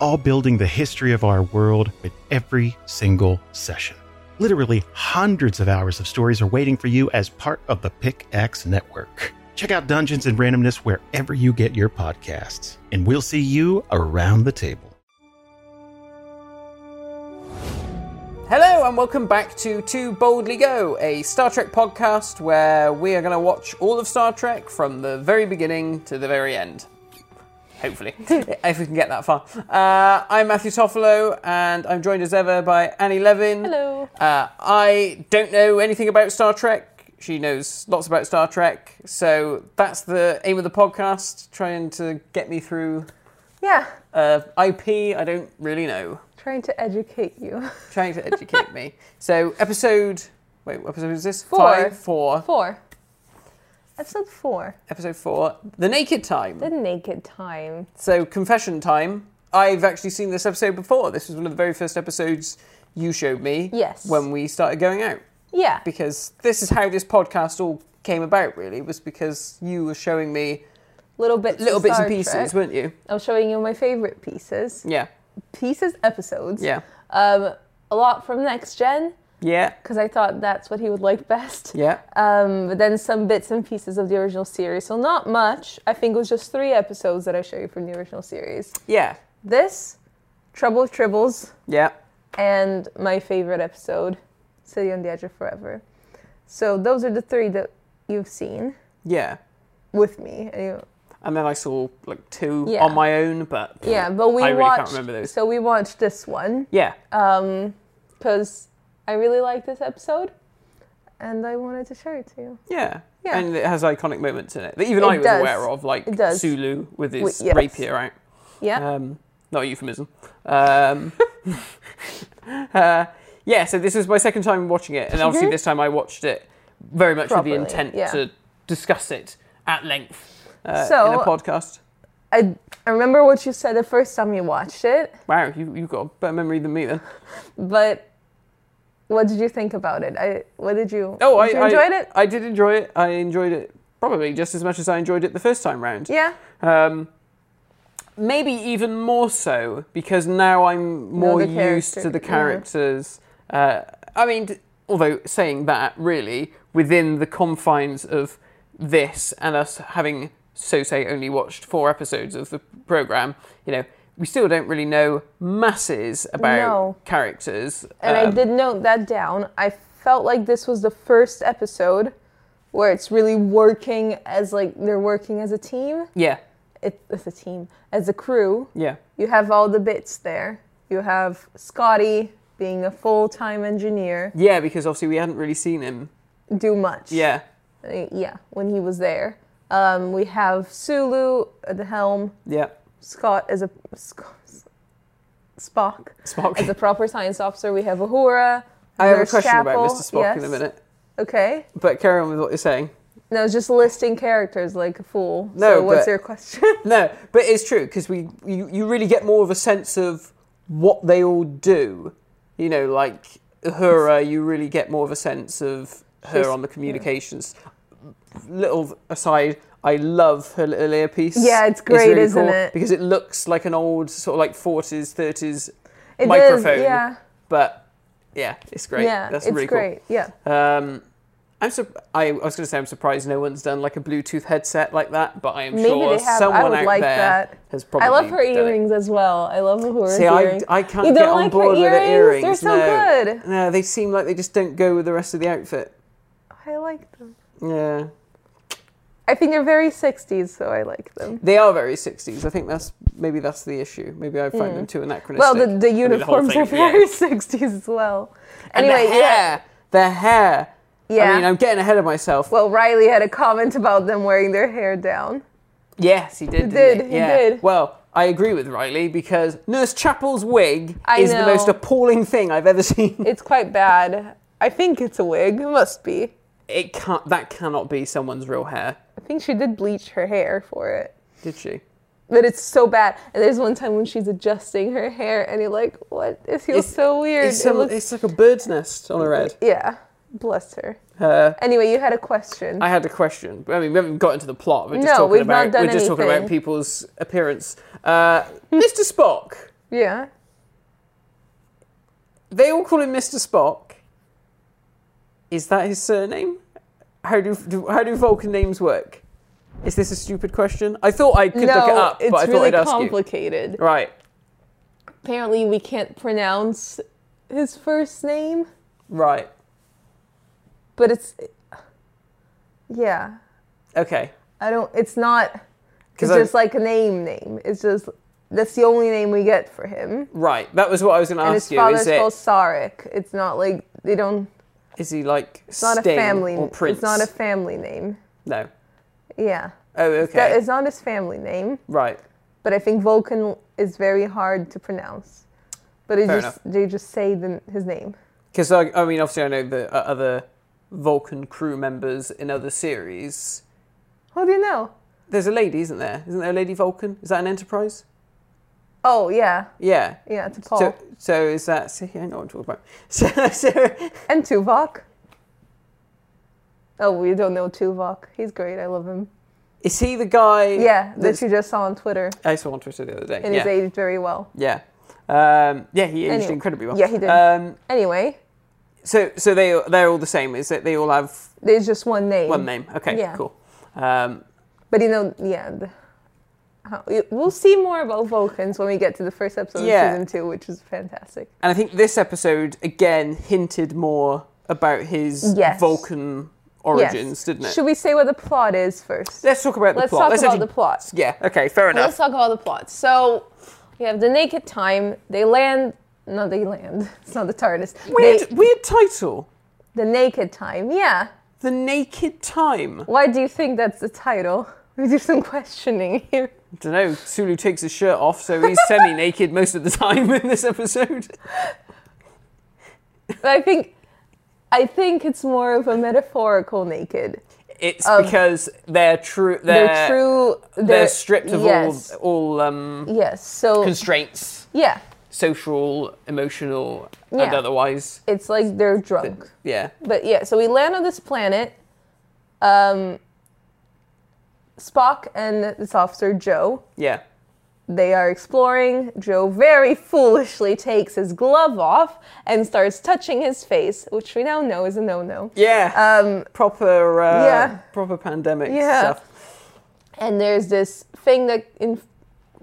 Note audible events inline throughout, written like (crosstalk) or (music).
all building the history of our world with every single session. Literally hundreds of hours of stories are waiting for you as part of the Pickaxe Network. Check out Dungeons and Randomness wherever you get your podcasts, and we'll see you around the table. Hello and welcome back to To Boldly Go, a Star Trek podcast where we are going to watch all of Star Trek from the very beginning to the very end. Hopefully, if we can get that far. Uh, I'm Matthew Toffolo and I'm joined as ever by Annie Levin. Hello. Uh, I don't know anything about Star Trek. She knows lots about Star Trek. So that's the aim of the podcast, trying to get me through Yeah, uh, IP I don't really know trying to educate you. trying to educate me. So episode, wait, what episode is this? Four. Five, (laughs) four, Four. Episode four. episode four, the naked time. The naked time. So confession time. I've actually seen this episode before. This was one of the very first episodes you showed me. Yes. When we started going out, Yeah. because this is how this podcast all came about. Really, was because you were showing me little bits. little of bits Star and pieces, Trek. weren't you? I'm showing you my favorite pieces. Yeah. Pieces episodes. Yeah. Um, a lot from Next Gen Yeah. because I thought that's what he would like best. Yeah. Um, but then some bits and pieces of the original series. So not much. I think it was just three episodes that I showed you from the original series. Yeah. This, Trouble with Tribbles. Yeah. and my favorite episode, City on the Edge of Forever. So those are the three that you've seen Yeah. with me. And you- And then I saw like two Yeah. on my own, but Yeah, but we I really watched. can't remember those. So we watched this one yeah. because I really like this episode, and I wanted to show it to you. Yeah. Yeah. And it has iconic moments in it that even It I was does. aware of, like It does. Sulu with his Wi- yes. rapier out. Yeah, Um, not a euphemism. Um, (laughs) uh, yeah, so this was my second time watching it. And obviously, this time I watched it very much Properly, with the intent yeah. to discuss it at length uh, in So- a podcast. I I remember what you said the first time you watched it, Wow, you, you've got a better memory than me then. but. What did you think about it? I what did you? Oh, I, did you I- enjoyed it. I did enjoy it. I enjoyed it probably just as much as I enjoyed it the first time round. yeah, Um, maybe even more so because now I'm more the used to character, the yeah. characters. Uh, I mean, d- although saying that, really, within the confines of this and us having, so say, only watched four episodes of the program, you know, we still don't really know masses about No. characters. and I Um, did note that down. I felt like this was the first episode where it's really working as like they're working as a team. Yeah, It, as a team, as a crew. yeah, You have all the bits there. You have Scotty being a full-time engineer, yeah, because obviously we hadn't really seen him. do much. Yeah, Uh, yeah. When he was there, um, we have Sulu at the helm. yeah. Scott as a Sc- Spock. Spock. As a proper science officer, we have Uhura. I have a Nurse question Chapel, about Mr. Spock in a yes. minute, Okay. but carry on with what you're saying. No, it's just listing characters like a fool. No, so what's but- your question? (laughs) No, but it's true because we you, you really get more of a sense of what they all do. You know, like Uhura, you really get more of a sense of her She's- on the communications. Little aside, I love her little earpiece. Yeah, it's great, isn't it? Because it looks like an old sort of like forties, thirties It microphone. Is, yeah. But yeah, it's great. Yeah. That's it's really cool. great. Yeah. Um, I'm sur- I, I was going to say I'm surprised no one's done like a Bluetooth headset like that, but I am Maybe sure they have. I someone would out like there that. has probably. I love her done it. earrings as well. I love Uhura's See, I, earrings. I can't you get don't on like board her with the earrings. They're so no. good. No, they seem like they just don't go with the rest of the outfit. I like them. Yeah, I think they're very 60s, so I like them. they are very 60s. I think that's maybe that's the issue. Maybe I find them too anachronistic. Well, the, the I mean, whole uniforms thing, are yeah. very (laughs) 60s as well. And Anyway, the yeah. hair, the hair. I Yeah. mean, I'm getting ahead of myself. Well, Riley had a comment about them wearing their hair down. Yes, he did. He didn't did, he did. Well, I agree with Riley because Nurse Chapel's wig I is the know. most appalling thing I've ever (laughs) seen. It's quite bad. I think it's a wig. It must be. It can't. That cannot be someone's real hair. I think she did bleach her hair for it. Did she? But it's so bad. And there's one time when she's adjusting her hair, and you're like, "What? It feels It's- so weird." It's, some- it looks, it's like a bird's nest on her head. yeah. Bless her. Uh, Anyway, you had a question. I had a question. I mean, we haven't got into the plot. We're just No, talking we've about not done we're just talking about anything. people's appearance. Uh, (laughs) Mr. Spock. yeah. They all call him Mr. Spock. Is that his surname? How do, do how do Vulcan names work? Is this a stupid question? I thought I could no, look it up, it's but I thought really I'd ask complicated. you. Right, Apparently, we can't pronounce his first name, right, but it's yeah. okay. I don't. It's not. It's 'Cause I- just like a name. Name. It's just that's the only name we get for him. Right, that was what I was going to And ask his you. Is father's it called Sarek. It's not like they don't. is he like It's not Sting a family. or Prince? It's not a family name. no. Yeah. Oh, okay. That is not his family name, right. but I think Vulcan is very hard to pronounce. But it Fair just they just say the, his name. Because I, I mean, obviously, I know the uh, other Vulcan crew members in other series. How do you know? There's a lady, isn't there? Isn't there a lady Vulcan? Is that an Enterprise? Oh yeah, Yeah. yeah, to Paul So, so is that? See, I know what I'm talking about. (laughs) So, so and Tuvok. Oh, we don't know Tuvok. He's great. I love him. is he the guy? Yeah, that that's- you just saw on Twitter, I saw on Twitter the other day. and yeah. he's aged very well. yeah. Um, yeah, he aged Anyway. incredibly well. Yeah, he did. Um, Anyway, so, so they they're all the same. Is that they all have there's just one name. one name? Okay, Mm. Yeah. cool. Um, But you know, yeah. The, how, we'll see more about Vulcans when we get to the first episode Yeah. of season two, which is fantastic. and I think this episode again hinted more about his Yes. Vulcan Yes. origins, didn't it? Should we say what the plot is first? Let's talk about the Let's plot. talk about actually- the plot. Yeah. Okay. Fair Let's enough. talk about the plot. So we have the naked time. They land. No, they land. (laughs) It's not the TARDIS. Weird, They, weird title. the naked time. Yeah. The Naked Time. Why do you think that's the title? (laughs) We do some questioning here. don't know. Sulu takes his shirt off, so he's semi-naked most of the time in this episode. But I think, I think it's more of a metaphorical naked. It's because they're true. They're, Um, They're, true. They're, They're stripped of yes, all all um, Yes. So constraints, yeah, social, emotional, and Yeah. otherwise. it's like they're drunk. Yeah. But yeah, so we land on this planet. Um, Spock and this officer Joe, Yeah. they are exploring. Joe very foolishly takes his glove off and starts touching his face, which we now know is a no-no. Yeah. Um, proper. Uh, yeah. Proper pandemic Yeah. stuff. and there's this thing that in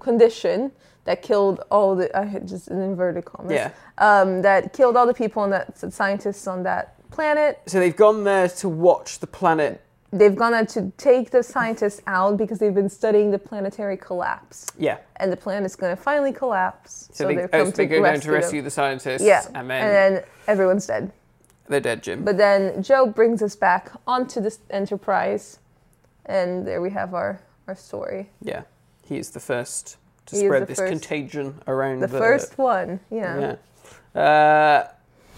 condition that killed all the I had just an inverted commas. Yeah. Um, that killed all the people and that the scientists on that planet. So they've gone there to watch the planet. They've gone out to take the scientists out because they've been studying the planetary collapse. Yeah. And the planet's going to finally collapse. So, they, they've oh, come so they go down to them. rescue the scientists. Yeah. And then, everyone's dead. they're dead, Jim. But then Joe brings us back onto this Enterprise, and there we have our, our story. yeah. He is the first to He is spread the this first- contagion around The, first one, yeah. Yeah. Uh,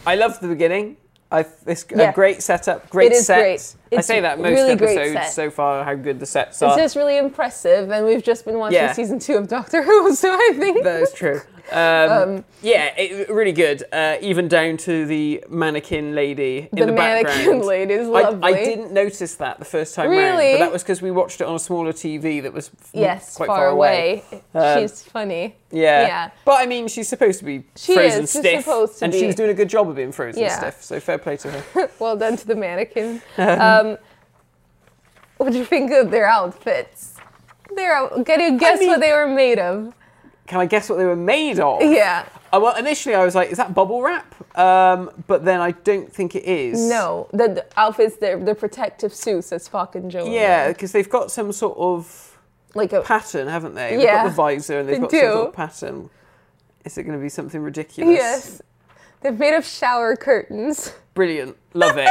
I love the beginning. I it's Yeah. a great setup, great It is set. great. I It's say that most really great episodes set. so far how good the sets It's are. just really impressive, and we've just been watching Yeah. season two of Doctor Who, (laughs) so I think (laughs) that is (laughs) true. Um, yeah, it, really good. Uh, even down to the mannequin lady in the, the, mannequin (laughs) background. lady is I, lovely. I didn't notice that the first time round, but Really? that was because we watched it on a smaller TV that was f- Yes, quite far, away. Um, She's funny. Yeah. Yeah. but I mean, she's supposed to be She frozen is, she's stiff, supposed to and she be. was doing a good job of being frozen Yeah. stiff. So fair play to her. (laughs) Well done to the mannequin. Um, what do you think of their outfits? They're out- can you guess mean- what they were made of? Can I guess what they were made of? Yeah. Uh, well, initially I was like, is that bubble wrap? Um, but then I don't think it is. No, the, the outfits, they're, the protective suits that Spock and Joe. are Yeah, wearing. because they've got some sort of like a pattern, haven't they? Yeah, They've got the visor and they've they got some sort do. of pattern. Is it going to be something ridiculous? yes, they're made of shower curtains. (laughs) Brilliant. Love it.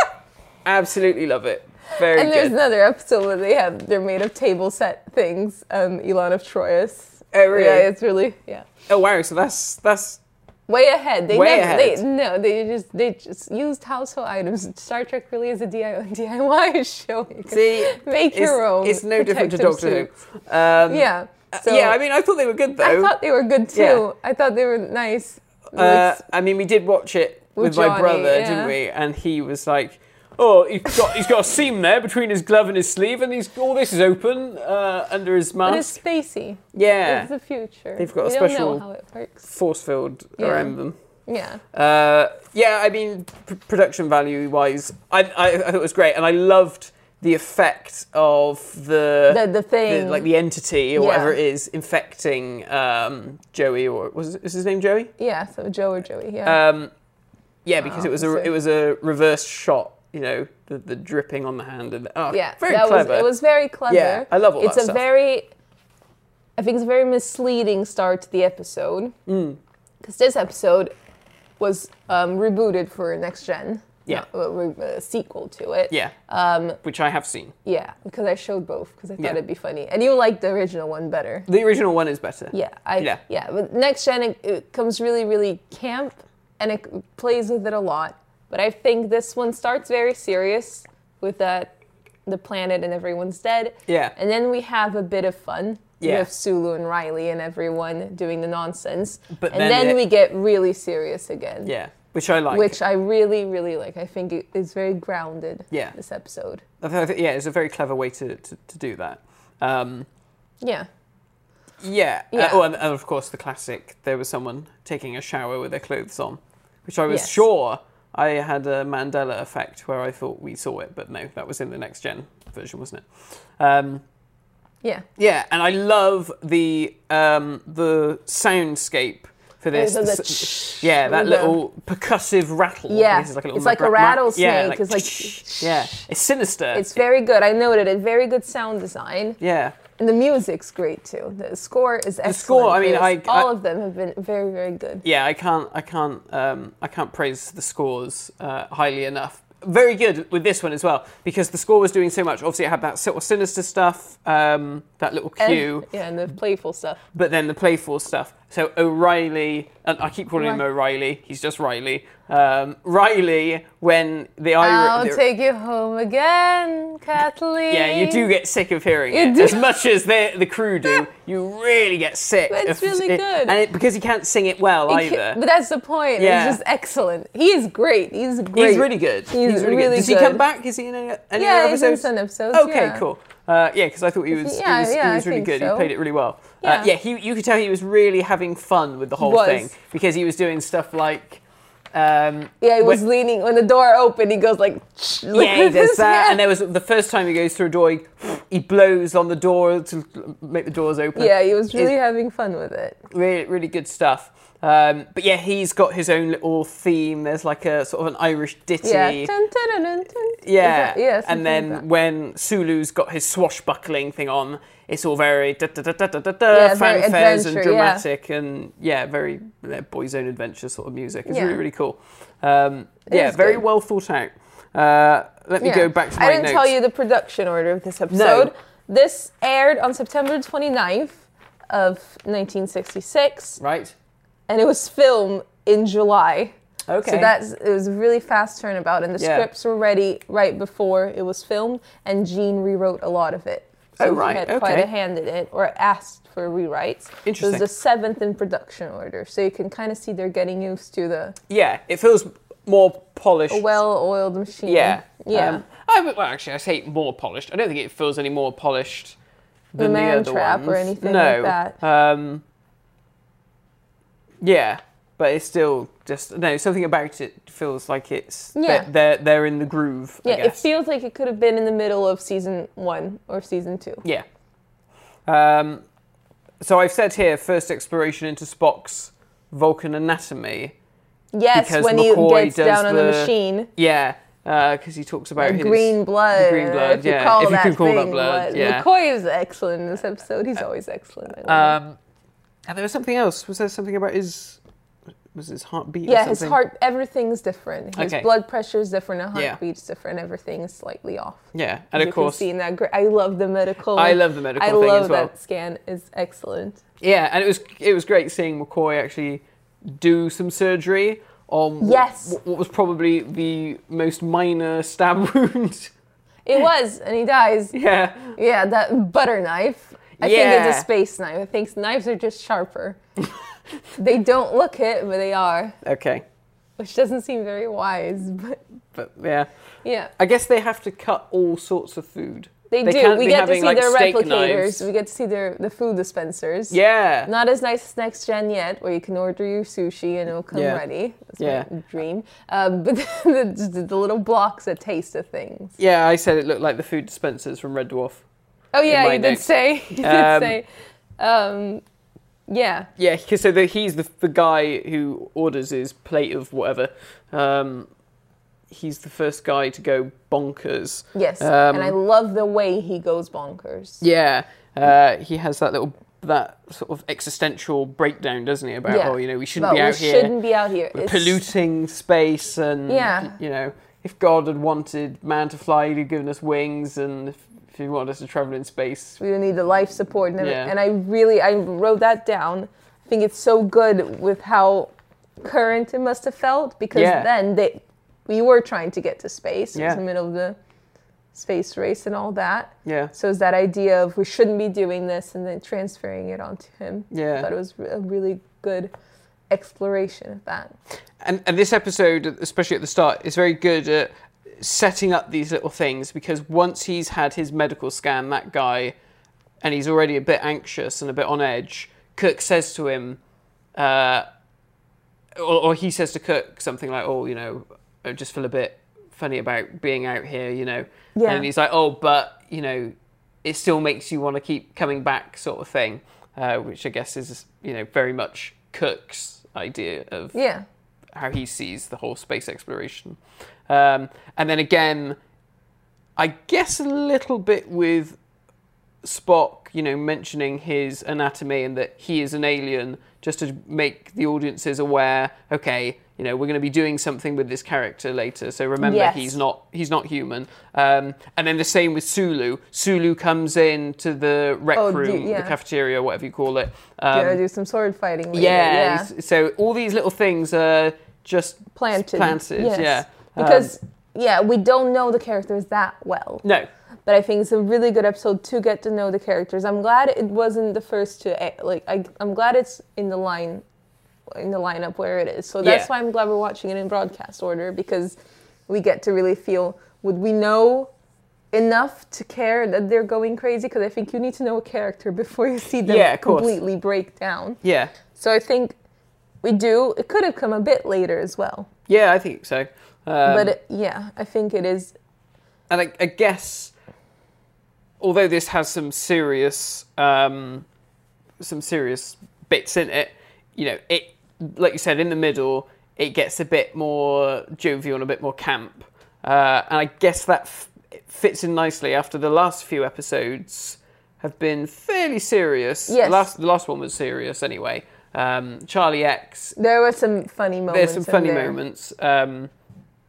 Absolutely love it. Very and there's good. another episode where they have they're made of table set things. Um, Elon of Troyes. Oh, really? Yeah, it's really yeah. oh wow, so that's that's Way ahead. They Way never, They, ahead. no, they just they just used household items. Star Trek really is a (laughs) DIY, show. You can (laughs) see make it's, your own. It's no different to Doctor protective Who. Um, suit. Yeah. So, yeah, I mean, I thought they were good though. I thought they were good too. Yeah. I thought they were nice. Uh, Like, I mean, we did watch it with, With my Johnny, brother, yeah. didn't we? And he was like, "Oh, he's got he's got a seam there between his glove and his sleeve, and he's all this is open uh, under his but mask." it's spacey. yeah, It's the future. They've got a we special- don't know how it works. force field Yeah. around them. Yeah. Uh, yeah, I mean, pr- production value wise, I, I, I thought it was great, and I loved the effect of the The- the thing. like the entity or Yeah. whatever it is, infecting um, Joey or was is his name Joey? Yeah. So Joe or Joey. Yeah. Um, yeah, because Wow, it was a that's it. it was a reverse shot. You know, the, the dripping on the hand and oh, yeah, very that clever. was it was very clever. Yeah, I love all It's that a stuff. very, I think it's a very misleading start to the episode Mm. because this episode was um, rebooted for next gen. Yeah. not- uh, re- uh, sequel to it. yeah, um, which I have seen. yeah, because I showed both because I thought Yeah. it'd be funny, and you liked the original one better. The original one is better. Yeah, I Yeah. yeah, but next gen it, it comes really really camp and it c- plays with it a lot. But I think this one starts very serious with that the planet and everyone's dead. Yeah. And then we have a bit of fun. Yeah. You have Sulu and Riley and everyone doing the nonsense. But and then then, it- we get really serious again. yeah, which I like. Which I really, really like. I think it is very grounded. Yeah. This episode. I th- yeah, it's a very clever way to to, to do that. Um, Yeah. yeah. Uh, Yeah. oh, and, and of course the classic. There was someone taking a shower with their clothes on, which I was Yes. sure I had a Mandela effect where I thought we saw it, but no, that was in the next gen version, wasn't it? Um, Yeah. Yeah, and I love the um, the soundscape for this. the- the S- tsh- yeah, that the- little percussive rattle. Yeah, It's like a, little it's like a ma- ma- rattlesnake, Yeah, it's like yeah, it's sinister. It's very good. I noted it. Very good sound design. yeah, And the music's great too. The score is excellent. score, I for mean, this. I- all I- of them have been very, very good. yeah. I can't, I can't, um, I can't praise the scores uh, highly enough. Very good with this one as well because the score was doing so much. Obviously, it had that sort of sinister stuff, um, that little And- cue. yeah, and the playful stuff. but then the playful stuff. So O'Reilly, and I keep calling him Right. O'Reilly. He's just Riley. Um, Riley, when the Irish, I'll take you home again, Kathleen. yeah, you do get sick of hearing You it do. as much as the the crew (laughs) do. you really get sick. It's of really it- good. and it, because he can't sing it well It ca- either. But that's the point. Yeah. It's just excellent. He is great. He's great. He's really good. He's really, good. really Does he good. come back? Is he in any, any Yeah, other he's in episodes? some episodes, Okay, yeah. cool. Uh, yeah, because I thought he was, yeah, he was, yeah, he I was really think good. He so. played it really well. Uh, Yeah. yeah, he, you could tell he was really having fun with the whole Was. thing because he was doing stuff like. Um, Yeah, he was when- leaning when the door opened. He goes like, "Shh," (laughs) like yeah, he with does his that. And hand. there was the first time he goes through a door, he, he blows on the door to make the doors open. yeah, he was It's- really having fun with it. really, really good stuff. Um, but yeah, he's got his own little theme. There's like a sort of an Irish ditty. Yeah. Dun, dun, dun, dun, dun. Yeah. Is that- yeah. and something like then that. when Sulu's got his swashbuckling thing on, it's all very da da da da da da Yeah, da very fanfares and adventure, yeah. dramatic and yeah, very uh, boys' own adventure sort of music. It's Yeah. really really cool. Um, yeah, is very good. well thought out. Uh, let me Yeah. go back to my I didn't notes. tell you the production order of this episode. This aired on September 29th of 1966, Right. and it was filmed in July. Okay. So that's it was a really fast turnabout, and the Yeah. scripts were ready right before it was filmed, and Gene rewrote a lot of it. So Oh, he right, had quite okay. a hand in it, or asked for rewrites. It Interesting. was the seventh in production order, so you can kind of see they're getting used to the Yeah, it feels more polished. well-oiled machine. yeah. yeah. Um, I, well, actually, I say more polished. I don't think it feels any more polished the than the, man other trap or ones. anything no. like that. Um, yeah, but it's still just no. Something about it feels like it's Yeah. they're, they're they're in the groove. I Yeah, it guess. feels like it could have been in the middle of season one or season two. yeah. Um, so I've said here first exploration into Spock's Vulcan anatomy. Yes, Because when McCoy he gets does down on the the- machine, Yeah, because he talks about the his green blood. the green blood. If yeah, you call if you that can call thing that blood. Yeah. McCoy is excellent in this episode. He's always excellent. I love him. Um, and there was something else. Was there something about his was his heartbeat. or Yeah, his something? heart, everything's different. His Okay. blood pressure's different, a Yeah. heartbeat's different, everything's slightly off. Yeah, and You of can course, see in that. Gra- I love the medical. I love the medical I thing as love well. that scan. is excellent. yeah, and it was it was great seeing McCoy actually do some surgery on what- Yes. what, what was probably the most minor stab (laughs) wound. It was, and he (laughs) dies. yeah, Yeah, that butter knife. I think it's Yeah. a space knife. I think knives are (laughs) just sharper. they don't look it, but they are, okay, which doesn't seem very wise. But but yeah, yeah, I guess they have to cut all sorts of food. they, do. can't We be get to having, see like, their steak replicators. knives. We get to see their the food dispensers. Yeah, Not as nice as next gen yet, where you can order your sushi and it'll come Yeah. ready. That's Yeah. my dream. Um, (laughs) but the, the, the little blocks that taste of things. yeah, I said it looked like the food dispensers from Red Dwarf. Oh yeah, my you did notes. say. (laughs) You did Um, say. Um, yeah, Yeah, 'cause so the, he's the, the guy who orders his plate of whatever. Um, he's the first guy to go bonkers. yes, Um, and I love the way he goes bonkers. Yeah, uh, he has that little that sort of existential breakdown, doesn't he? About Yeah. oh, you know, we shouldn't But be we out here shouldn't be out here. It's- polluting space, and Yeah. you know, if God had wanted man to fly, he'd have given us wings, and if, if he wanted us to travel in space, We don't need the life support. And, every- Yeah. and I really, I wrote that down. I think it's so good with how current it must have felt because Yeah. then they, we were trying to get to space. It Yeah. was the middle of the space race and all that. yeah, So it's that idea of we shouldn't be doing this and then transferring it onto him. Yeah. I thought it was a really good exploration of that. and and this episode, especially at the start, is very good at setting up these little things because once he's had his medical scan, that guy, and he's already a bit anxious and a bit on edge. Cook says to him, uh, or, or he says to Cook something like, "Oh, you know, I just feel a bit funny about being out here," you know. Yeah. And he's like, "Oh, but you know, it still makes you want to keep coming back," sort of thing, uh, which I guess is you know very much Cook's idea of Yeah. how he sees the whole space exploration. Um, and then again, I guess a little bit with Spock, you know, mentioning his anatomy and that he is an alien, just to make the audiences aware. Okay, you know, we're going to be doing something with this character later, so remember Yes. he's not he's not human. Um, and then the same with Sulu. Sulu comes in to the rec Oh, do- room, yeah. the cafeteria, whatever you call it. Gotta Um, do some sword fighting. later, yeah. s- So all these little things are just s- Planted. Planted. Yes. Yeah. Um, Because, yeah, we don't know the characters that well. no. but I think it's a really good episode to get to know the characters. I'm glad it wasn't the first to eh, like I, I'm glad it's in the line in the lineup where it is. So that's Yeah. why I'm glad we're watching it in broadcast order because we get to really feel would we know enough to care that they're going crazy because I think you need to know a character (laughs) before you see them Yeah, of course. completely break down. Yeah. So I think we do. It could have come a bit later as well. Yeah, I think so. Um, but it, yeah, I think it is and I, I guess, although this has some serious, um, some serious bits in it, you know, it, like you said, in the middle, it gets a bit more jovial and a bit more camp, uh, and I guess that f- it fits in nicely after the last few episodes have been fairly serious. Yes. Last, the last one was serious anyway. Um, Charlie X there were some funny moments. there's some in funny there. moments, um,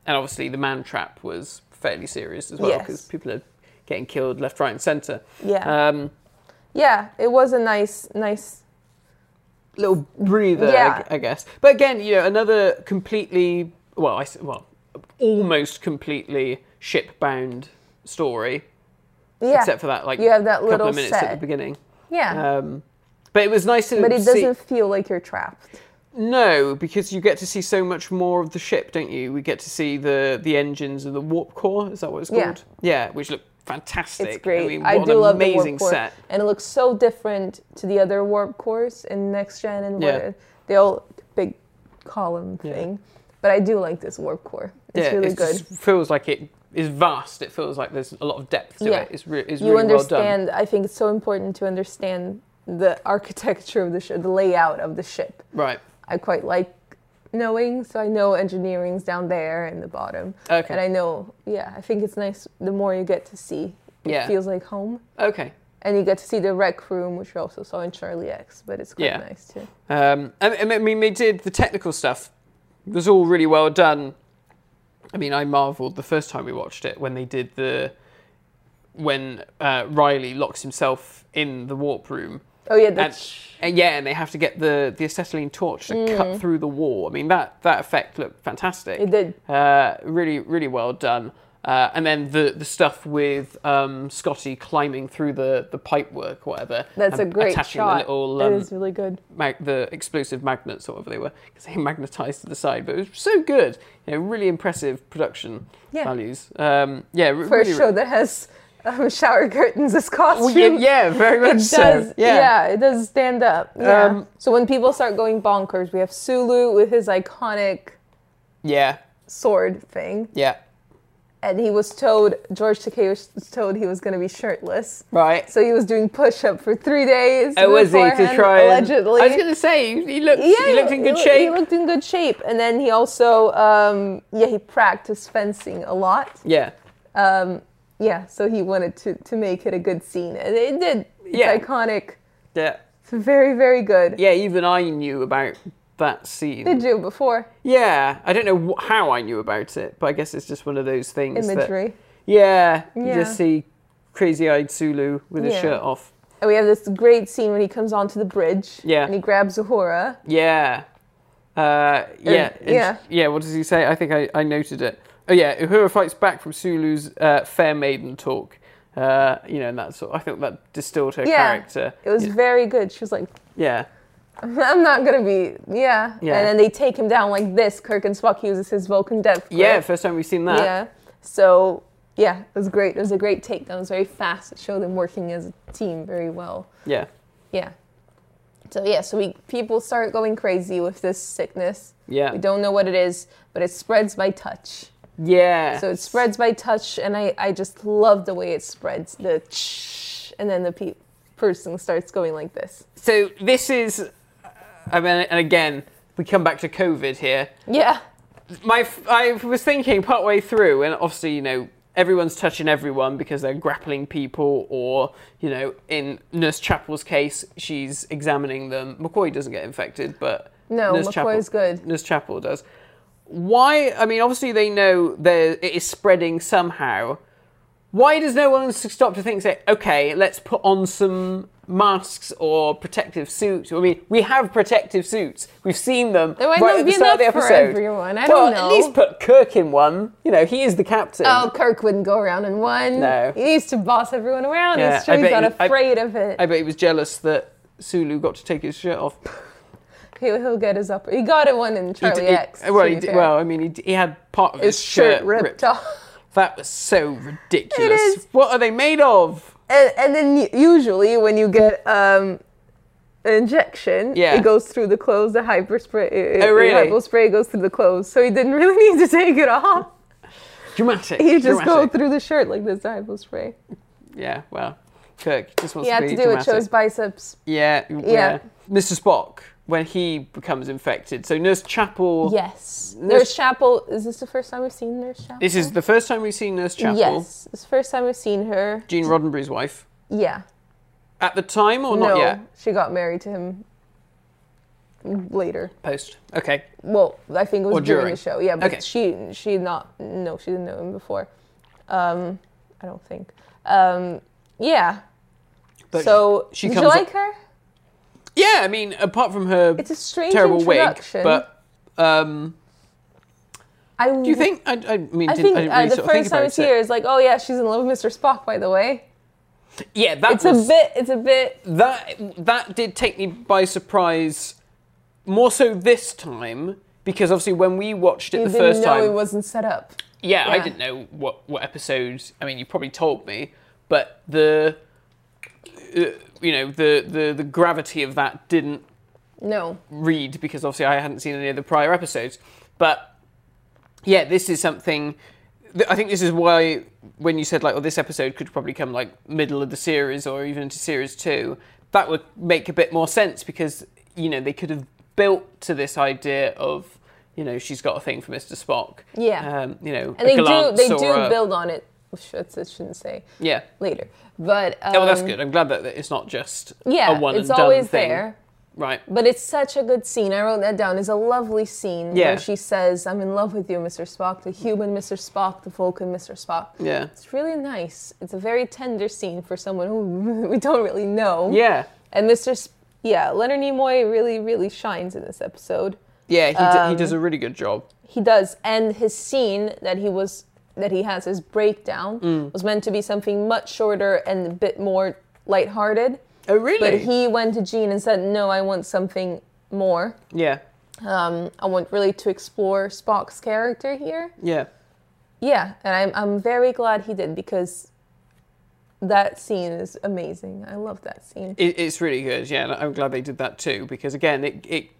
and obviously the man trap was fairly serious as well Yes. because people are getting killed left, right, and centre. Yeah. um, Yeah, it was a nice, nice. little breather, I- Yeah. I, guess. But again, you know, another completely well, I s- well, almost completely ship-bound story, Yeah. except for that like you have that couple little of minutes at the set. beginning. Yeah, Um, but it was nice to but it see- doesn't feel like you're trapped. No, because you get to see so much more of the ship, don't you? We get to see the the engines and the warp core. Is that what it's Yeah. called? Yeah, which look fantastic. It's great. I, I mean, what do an love the amazing warp core, set. and it looks so different to the other warp cores in next gen and Yeah. what the old big column thing. But I do like this warp core. It's yeah, really it good. just feels like it is vast. It feels like there's a lot of depth to it. It's, re- it's you really well done. understand. I think it's so important to understand the (laughs) architecture of the ship, the layout of the ship. Right. I quite like knowing, so I know engineering's down there in the bottom. Okay. And I know, yeah, I think it's nice the more you get to see. It Yeah. feels like home. Okay. And you get to see the rec room, which we also saw in Charlie X, but it's quite Yeah. nice too. Um, I, I mean, they did the technical stuff. It was all really well done. I mean, I marvelled the first time we watched it when they did the when uh, Riley locks himself in the warp room. Oh yeah, And, that's and yeah, and they have to get the, the acetylene torch to cut through the wall. I mean, that, that effect looked fantastic. Mm. it did. Uh, really, really well done. Uh, and then the, the stuff with um, Scotty climbing through the, the pipe work, whatever. That's and a great attaching shot. The little, it um, is really good. mag- the explosive magnets or whatever they were because they (laughs) magnetized to the side but it was so good you know really impressive production Yeah. values um yeah r- For really, a show that has um, shower curtains as costume. Well, yeah, yeah very much (laughs) It does, so yeah. yeah it does stand up. Yeah. Um, so when people start going bonkers, we have Sulu with his iconic yeah sword thing, yeah and he was told George Takei was told he was going to be shirtless, right so he was doing push up for three days. Oh, was he to beforehand, try and- allegedly? I was going to say he- he looked yeah, he looked in good loo- He shape. looked in good shape, and then he also, um, yeah, he practiced fencing a lot. yeah. Um, yeah, so he wanted to to make it a good scene, and it did. It's Yeah. iconic. Yeah. It's very very good. Yeah, even I knew about that scene. Did you before Yeah, I don't know wh- how I knew about it, but I guess it's just one of those things that- imagery? yeah, you Yeah. just see crazy-eyed Sulu with his Yeah. shirt off. And we have this great scene when he comes onto the bridge. Yeah. And he grabs Uhura. Yeah. Uh, yeah. and- Oh, yeah. Yeah, what does he say? I think I, I noted it. Oh, yeah, Uhura fights back from Sulu's uh, fair maiden talk. Uh, you know, and that sort I think that distilled her Yeah. character. It was Yeah. very good. She was like, Yeah. (laughs) I'm not gonna be yeah. Yeah. And then they take him down like this. Kirk and Spock uses his Vulcan death. grip. Yeah, first time we've seen that. Yeah. So yeah, it was great. It was a great takedown. It was very fast. It showed them working as a team very well. Yeah. Yeah. So yeah, so we people start going crazy with this sickness. Yeah. We don't know what it is, but it spreads by touch. Yeah. So it spreads by touch, and I, I just love the way it spreads. The ch, and then the pe- person starts going like this. so this is, I mean, and again, we come back to COVID here. Yeah, my f- I was thinking partway through, and obviously, you know, everyone's touching everyone because they're grappling people, or you know, in Nurse Chapel's case, she's examining them. McCoy doesn't get infected, but No, Nurse McCoy's good. Nurse Chapel does. Why? I mean, obviously, they know there it is spreading somehow. Why does no one s- stop to think, say, okay, let's put on some masks or protective suits? I mean, we have protective suits. We've seen them There might right not at the be start of the enough for episode. everyone. I well, don't at know. least put Kirk in one. You know, he is the captain. oh, Kirk wouldn't go around in one. No. he needs to boss everyone around. Yeah, he's sure I he's bet not you- I- afraid of it. I bet he was jealous that Sulu got to take his shirt off. he'll, he'll get his upper. He got it one in He Charlie d- he- X. to well, he be d- fair. well, I mean, he, d- he had part of his, his shirt ripped, off. (laughs) That was so ridiculous. is. What are they made of? And, and then u- usually when you get um, an injection, Yeah. it goes through the clothes. The hyper spray, it, Oh, really? hypo spray goes through the clothes. So he didn't (laughs) really need to take it off. Dramatic. He just go dramatic. through the shirt like this hypo spray. Yeah, well, Kirk just wants He to had be to do it. dramatic. Show his biceps. Yeah, yeah, Mr. Spock when he becomes infected. So Nurse Chapel. Yes. Nurse, Nurse- Chapel. Is this the first time we've seen Nurse Chapel? This is the first time we've seen Nurse Chapel. Yes, it's the first time we've seen her. Gene Roddenberry's wife. Yeah. At the time or not no, yet? she got married to him later. Post. Okay. Well, I think it was Or during. during. the show. Yeah, but Okay. she she not no she didn't know him before. Um, I don't think. Um, yeah. But so she did comes you up- like her? Yeah, I mean, apart from her It's a strange terrible wig, introduction. but um, I do you think? I, I mean, Mm-hmm. I didn't, think I didn't uh, really the sort of first think time about it's it. here is like, oh yeah, she's in love with Mr. Spock. By the way, Yeah, that it's was a bit. It's a bit. that that did take me by surprise. More so this time because obviously when we watched it You the didn't first know time, it wasn't set up. yeah, I Yeah. didn't know what what episode. I mean, you probably told me, but the uh, you know the, the the gravity of that didn't No. read because obviously I hadn't seen any of the prior episodes. But yeah, this is something. th- I think this is why when you said like, "Oh, this episode could probably come like middle of the series or even into series two, that would make a bit more sense because you know they could have built to this idea of you know she's got a thing for Mr. Spock. Yeah. um, you know, And a they do glance they or do a- build on it Schutz, it shouldn't say Yeah. later. But um, Yeah, well, that's good. I'm glad that it's not just yeah, a one it's and done always thing. there. Right. But it's such a good scene. I wrote that down. It's a lovely scene Yeah. where she says, "I'm in love with you, Mr. Spock, the human Mr. Spock, the Vulcan Mr. Spock." Yeah. It's really nice. It's a very tender scene for someone who (laughs) we don't really know. Yeah. And Mr. Sp- yeah, Leonard Nimoy really, really shines in this episode. Yeah, he, d- Um, he does a really good job. He does, and his scene that he was that he has his breakdown was meant to be something much shorter and a bit more lighthearted. Oh, really? But he went to Gene and said, "No, I want something more. yeah. Um, I want really to explore Spock's character here." Yeah. Yeah, and I'm I'm very glad he did because that scene is amazing. I love that scene. It, it's really good. Yeah, and I'm glad they did that too because again, it, it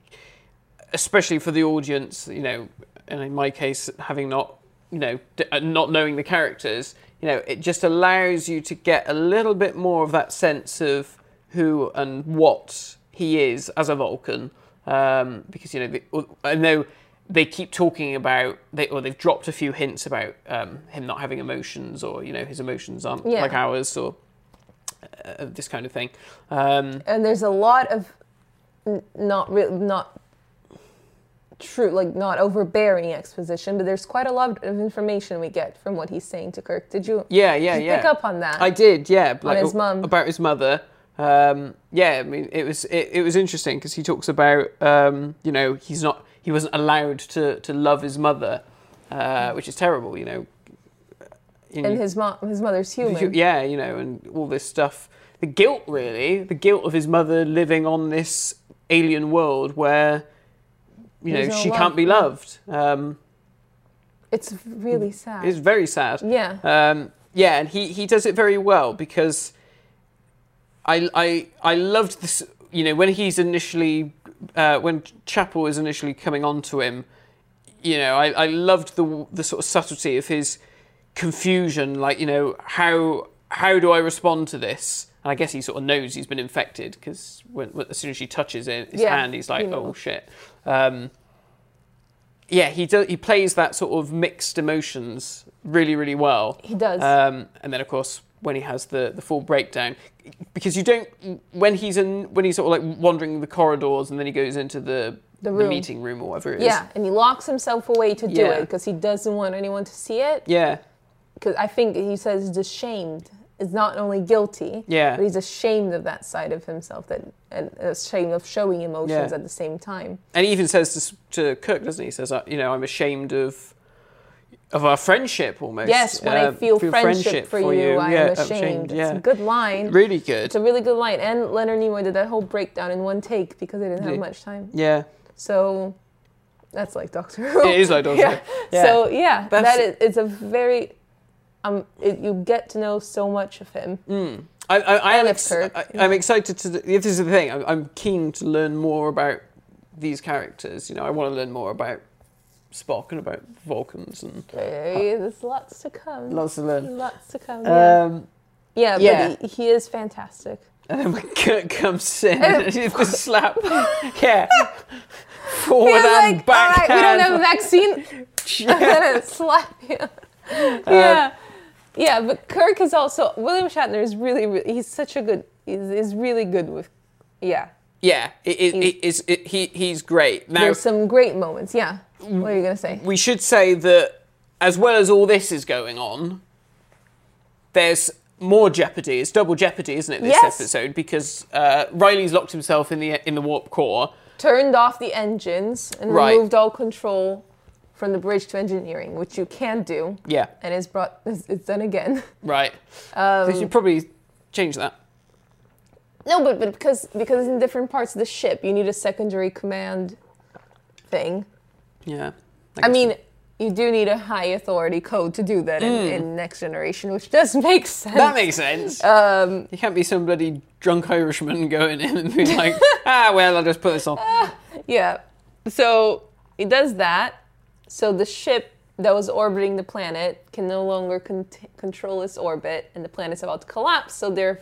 especially for the audience, you know, and in my case, having not, you know, d- uh, not knowing the characters, you know, it just allows you to get a little bit more of that sense of who and what he is as a Vulcan, um, because you know, the, I know they keep talking about they or they've dropped a few hints about um, him not having emotions or you know his emotions aren't Yeah. like ours or uh, this kind of thing. Um, and there's a lot of n- not real not true like not overbearing exposition but there's quite a lot of information we get from what he's saying to kirk did you Yeah, yeah, did you yeah. pick up on that I did, yeah. Like, his mum. about his mother. Um, yeah, I mean, it was it, it was interesting because he talks about um, you know he's not he wasn't allowed to to love his mother, uh, which is terrible, you know. In- and his mom his mother's human yeah, you know, and all this stuff. The guilt, really, the guilt of his mother living on this alien world where you There's know no she love, can't be yeah. loved. Um, it's really sad It's very sad. Yeah. Um, yeah, and he, he does it very well because I I I loved this. You know, when he's initially uh, when Chapel is initially coming on to him, you know, I, I loved the the sort of subtlety of his confusion. Like, you know, how how do I respond to this? And I guess he sort of knows he's been infected because when, when- as soon as she touches it, his Yeah, hand, he's like, he knows. oh shit. Um, yeah, he does. He plays that sort of mixed emotions really, really well. He does. Um, and then, of course, when he has the, the full breakdown, because you don't when he's in when he's sort of like wandering the corridors, and then he goes into the The room. meeting room or whatever it is. yeah and he locks himself away to do Yeah. it because he doesn't want anyone to see it yeah, because i think he says he's ashamed is not only guilty Yeah. but he's ashamed of that side of himself that and ashamed of showing emotions Yeah. at the same time and he even says to, s- to Kirk, doesn't he? He says, uh, you know, I'm ashamed of of our friendship almost. Yes, when I Uh, feel, friendship, for, you, I Yeah, am ashamed. It's yeah. a good line. Really good. It's a really good line. And Leonard Nimoy did that whole breakdown in one take because they didn't have Yeah. much time. yeah. So that's like Doctor Who. It is like Doctor Who. yeah. Yeah. So yeah, That's- that is it's a very um it, you get to know so much of him. Mm. I, I, I am of ex- Kirk, I, I'm excited to. If this is the thing, I'm, I'm keen to learn more about these characters. You know, I want to learn more about Spock and about Vulcans and Hey, There's lots to come. lots to learn. Lots to come. yeah. Um, yeah, yeah. but he, he is fantastic. and then when Kirk comes in, (laughs) and it's the slap. yeah, forward He's and like, all right, backhand. we don't have a (laughs) vaccine. (laughs) Yeah. I'm gonna slap you. (laughs) yeah, yeah. But Kirk is also William Shatner is really, really he's such a good. He's, he's really good with. Yeah, (laughs) Yeah, it, it, it, it's, it, he, he's great. Now, there's some great moments. Yeah. What are you gonna say? we should say that as well as all this is going on, there's more jeopardy. It's double jeopardy, isn't it? This Yes. episode because uh, Riley's locked himself in the in the warp core. Turned off the engines and Right. removed all control from the bridge to engineering, which you can do. Yeah, And it's brought. It's, it's done again. (laughs) right. they Um, should probably change that. No, but, but because because in different parts of the ship, you need a secondary command thing. Yeah. I guess- mean, you do need a high authority code to do that in, in Next Generation, which does (laughs) make sense. Mm. that makes sense. um, you can't be some bloody drunk Irishman going in and being (laughs) like, ah, well, I'll just put this on. yeah. So it does that. So the ship that was orbiting the planet can no longer con- control its orbit, and the planet's about to collapse. So they're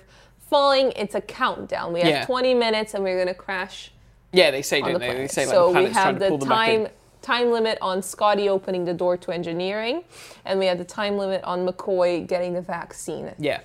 falling. It's a countdown. We have Yeah. 20 minutes, and we're gonna crash Yeah, they say, on don't the they? They planet. say like so the we planet's trying have to the pull them back in. time time limit on Scotty opening the door to engineering, and we had the time limit on McCoy getting the vaccine. Yeah.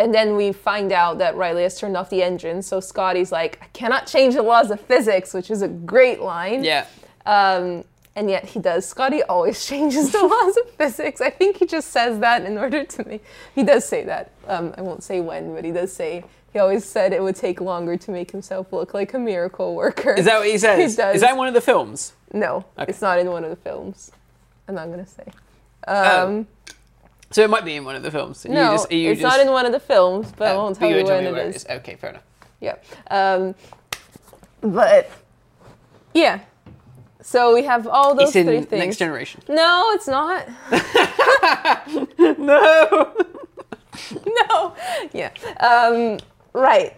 And then we find out that Riley has turned off the engine, so Scotty's like, I cannot change the laws of physics, which is a great line. Yeah. Um, and yet he does. Scotty always (laughs) changes the laws of physics. I think he just says that in order to make. He does say that. Um, I won't say when, but he does say. He always said it would take longer to make himself look like a miracle worker. Is that what (laughs) he says? He does. Is that one of the films? No, Okay. it's not in one of the films. I'm not gonna say. Um, so it might be in one of the films. You No, just- you it's just- not in one of the films, but I Oh, won't but tell were you telling when me where it is. Okay, fair enough. Yeah. Um, but yeah. So we have all those It's in three things. Next (laughs) Generation. No, it's not. (laughs) No. no. Yeah. Um, right.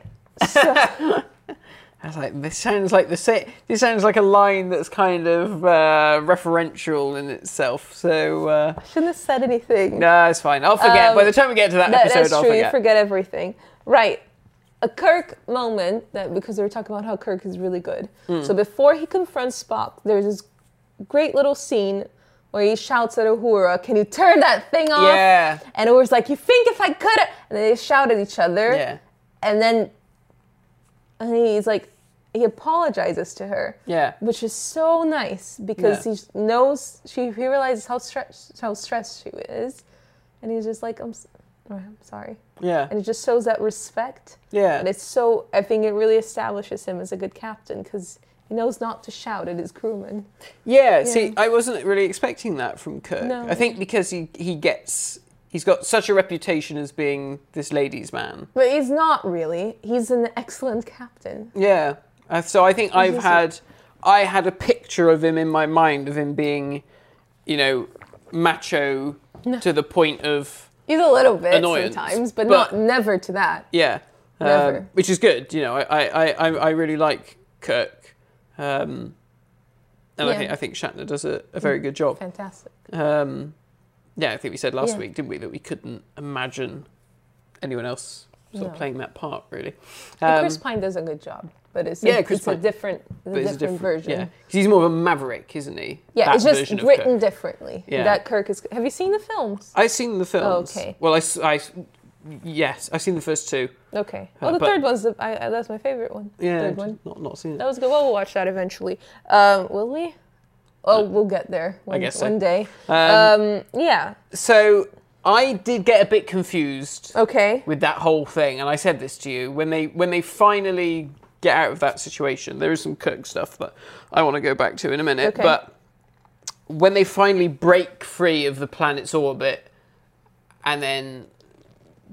I was like, this sounds like the same. This sounds like a line that's kind of uh, referential in itself. So uh, Shouldn't have said anything. no, it's fine. I'll forget. Um, By the time we get to that, That- episode, that's I'll true. forget. You forget everything. Right. A Kirk moment that because we were talking about how Kirk is really good. Hmm. So before he confronts Spock, there's this great little scene where he shouts at Uhura, "Can you turn that thing off?" Yeah. And Uhura's like, "You think if I could?" And they shout at each other. Yeah. And then and he's like, he apologizes to her. Yeah. Which is so nice because Yeah. he knows she he realizes how stressed how stressed she is, and he's just like, I'm, s- or, I'm sorry, and Yeah. it just shows that respect. Yeah. And it's so I think it really establishes him as a good captain because he knows not to shout at his crewmen. Yeah, see, I wasn't really expecting that from Kirk. No. I think because he, he gets, he's got such a reputation as being this ladies' man. But he's not really. He's an excellent captain. Yeah. Uh, so I think I've just- had, I had a picture of him in my mind of him being, you know, macho to the point of, He's a little bit Annoyance, sometimes, but, but- not never to that. yeah. um, Never. which is good, you know, I, I, I, I- I really like Kirk. Um, and I, Yeah. Mm. think, I think Shatner does a, a very good job. Fantastic. Um, yeah, I think we said last Yeah. week, didn't we, that we couldn't imagine anyone else sort of No. playing that part really. But Um, Chris Pine does a good job, but it's Yeah, a, Chris it's a Pine. different, it's a but it's different, a different version. Yeah, 'Cause he's more of a maverick, isn't he? Yeah, That it's just version of written Kirk. differently. Yeah. That Kirk is. Have you seen the films? I've seen the films. Okay. Well, I, s- I s- yes, I've seen the first two. Okay. Well, the Uh, but- third one's the. I, I, that's my favorite one. Yeah, Third just one. not not seen it. That was good. Well, we'll watch that eventually. Um, will we? Oh, we'll get there Uh, one, guess so. one day. Um, Um, yeah. so I did get a bit confused Okay. with that whole thing, and I said this to you when they when they finally get out of that situation. There is some Kirk stuff that I want to go back to in a minute, Okay. but when they finally break free of the planet's orbit and then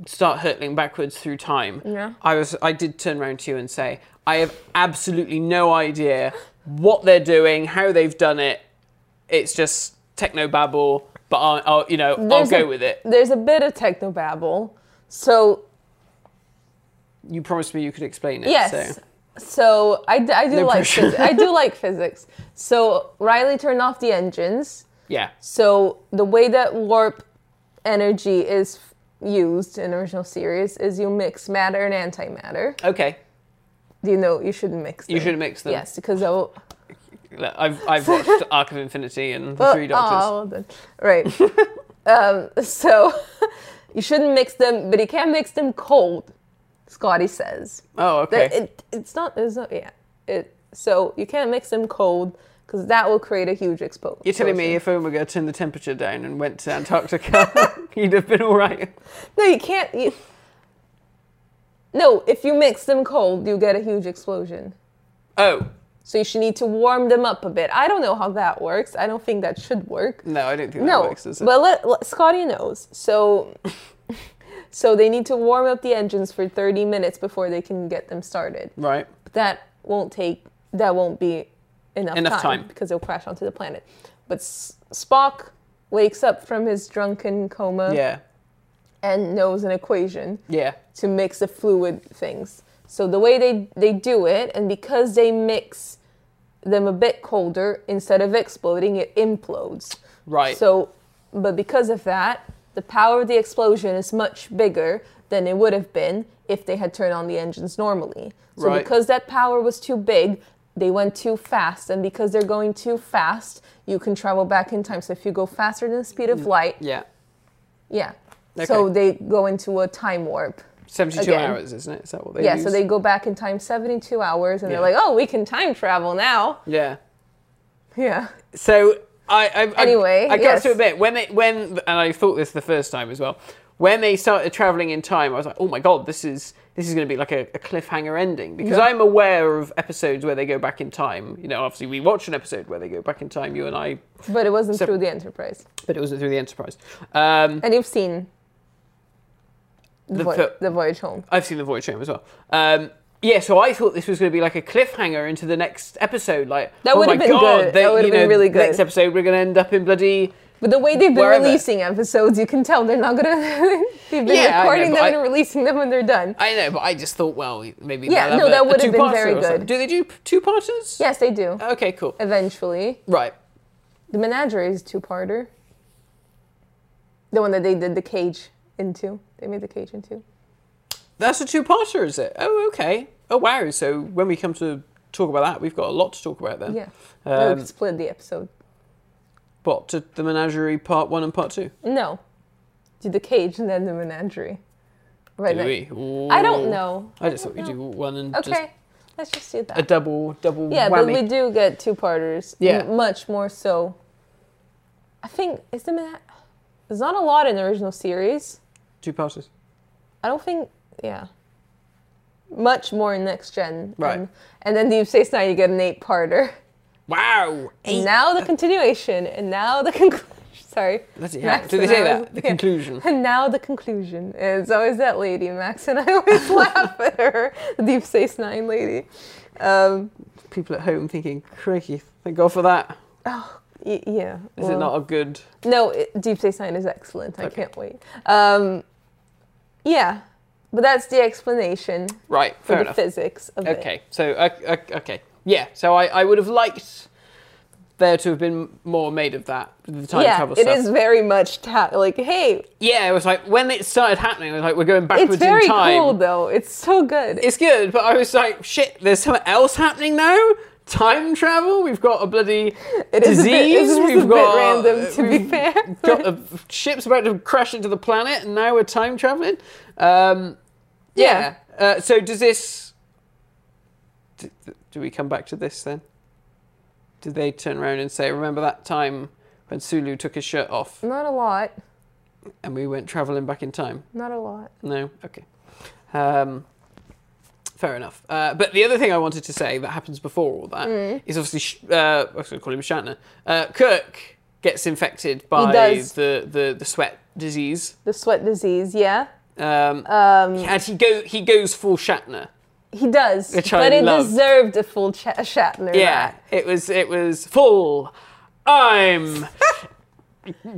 start hurtling backwards through time, Yeah. I was I did turn around to you and say I have absolutely no idea what they're doing, how they've done it. It's just techno babble, but I'll, I'll you know There's I'll go a- with it. There's a bit of technobabble. So You promised me you could explain it. Yes. so. So, I, d- I do No like pressure. physics. (laughs) I do like physics. So Riley turned off the engines. Yeah. So the way that warp energy is f- used in original series is you mix matter and antimatter. Okay. Do you know you shouldn't mix them? You should mix them. Yes, because I will- Look, I've, (laughs) I've watched Ark of Infinity and The Well, Three Doctors. aw, well done. Oh, Right. (laughs) um, so (laughs) you shouldn't mix them, but you can't mix them cold. Scotty says. Oh, That- okay. It, it's not. It's not. Yeah. It. So you can't mix them cold because that will create a huge expo- explosion. You're telling me if Omega turned the temperature down and went to Antarctica, (laughs) he'd have been all right. No, you can't. You, no, if you mix them cold, you get a huge explosion. Oh, So you should need to warm them up a bit. I don't know how that works. I don't think that should work. no, I don't think that no, works, does it? but let, let- Scotty knows. So, (laughs) so they need to warm up the engines for 30 minutes before they can get them started. right. that won't take that won't be enough, Enough time. because it'll crash onto the planet but S- spock wakes up from his drunken coma Yeah. and knows an equation Yeah. to mix the fluid things so the way they they do it and because they mix them a bit colder instead of exploding it implodes Right. so but because of that the power of the explosion is much bigger than it would have been if they had turned on the engines normally so Right. because that power was too big they went too fast, and because they're going too fast, you can travel back in time. So if you go faster than the speed of light, Yeah. yeah. So Mm, Okay. they go into a time warp. 72 Again. hours, isn't it? Is that what they Yeah, use? so they go back in time 72 hours and Yeah. they're like, oh, we can time travel now. Yeah. Yeah. So I, I I- Anyway, I, got yes. to admit when they when and I thought this the first time as well. When they started traveling in time, I was like, oh my god, this is this is going to be like a, a cliffhanger ending because I'm aware of episodes where they go back in time. You know, obviously we watch an episode where they go back in time. You and I, But it wasn't through the Enterprise. but it wasn't through the Enterprise. Um, And you've seen the, The voy- fil- the Voyage Home. I've seen the Voyage Home as well. Um, yeah, so I thought this was going to be like a cliffhanger into the next episode. Like That oh would've my been God, good. they- That would've you been know, really good. Next episode, we're going to end up in bloody But the way they've been Wherever. releasing episodes, you can tell they're not going to. (laughs) They've been Yeah, I know, recording but them I- and releasing them when they're done. I know, but I just thought, well, maybe Yeah, they'll no, have a- that a would've been two-parter very or something. good. Do they do two parters? yes, they do. Okay, cool. Eventually. Right. The Menagerie is two parter. The one that they did the cage into. They made the cage into. That's a two-parter, is it? Oh, okay. Oh, wow. So when we come to talk about that, we've got a lot to talk about then. Yeah. They Um, would split the episode. What to the menagerie part one and part two? No. Do the cage and then the menagerie. Right Do now. we? Ooh. I don't know. I just thought we do one and Okay. just Let's just do a that. double, double Yeah, but whammy. we do get two parters. Yeah. much more so. I think is the Mena- there's not a lot in the original series. two parters. I don't think yeah. Much more in next gen. Right. And, and then Deep Space Nine you get an eight (laughs) parter. Wow. And now the continuation, and now the conclusion. (laughs) Sorry. Bloody hell. Max Did they and I say that? was- The yeah. conclusion. And now the conclusion. It's always that lady, Max, and I (laughs) always laugh at her, the Deep Space Nine lady. Um, People at home thinking, "Crikey, thank God for that." y- yeah. Is it not a good? No, it, Deep Space Nine is excellent. I can't wait. Um, yeah, but that's the explanation Right. for Fair the enough. physics of it. Okay, so uh, uh, okay, yeah. So I, I would have liked there to have been more made of that the time yeah, travel it stuff. is very much ta- like, hey, Yeah, it was like when it started happening, it was like we're going backwards it's very in time. cool though. It's so good. It's good, but I was like, shit. There's something else happening now. Time travel. We've got a bloody It is disease. a bit- it is a we've bit got random, to be we've fair. (laughs) Got a ship's about to crash into the planet, and now we're time traveling. Um, yeah. Uh, so does this? Do, do we come back to this then? Do they turn around and say, "Remember that time when Sulu took his shirt off Not a lot. and we went traveling back in time"? Not a lot. No. Okay. Um, fair enough. Uh, but the other thing I wanted to say that happens before all that is obviously Sh- uh, I was going to call him Shatner. Uh, Kirk gets infected by does. the, the the sweat disease. The sweat disease, yeah. Um, Um, and he go he goes full Shatner. He does, Which I but it love. deserved a full cha- Shatner. Yeah, it was it was full. I'm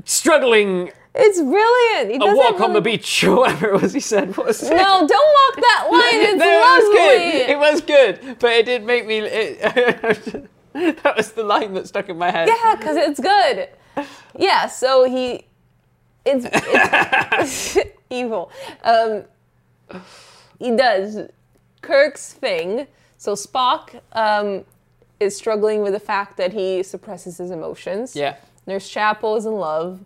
struggling it's brilliant. He a doesn't walk on really- the beach (laughs) or whatever it was he said. What was it? No, (laughs) don't walk that line. no, It's lovely. it was good. It was good, but it did make me. It, (laughs) that was the line that stuck in my head. Yeah, because it's good. Yeah, so he, it's, it's (laughs) evil. Um, he does Kirk's thing. So Spock um, is struggling with the fact that he suppresses his emotions. Yeah. (laughs) Nurse Chapel is in love.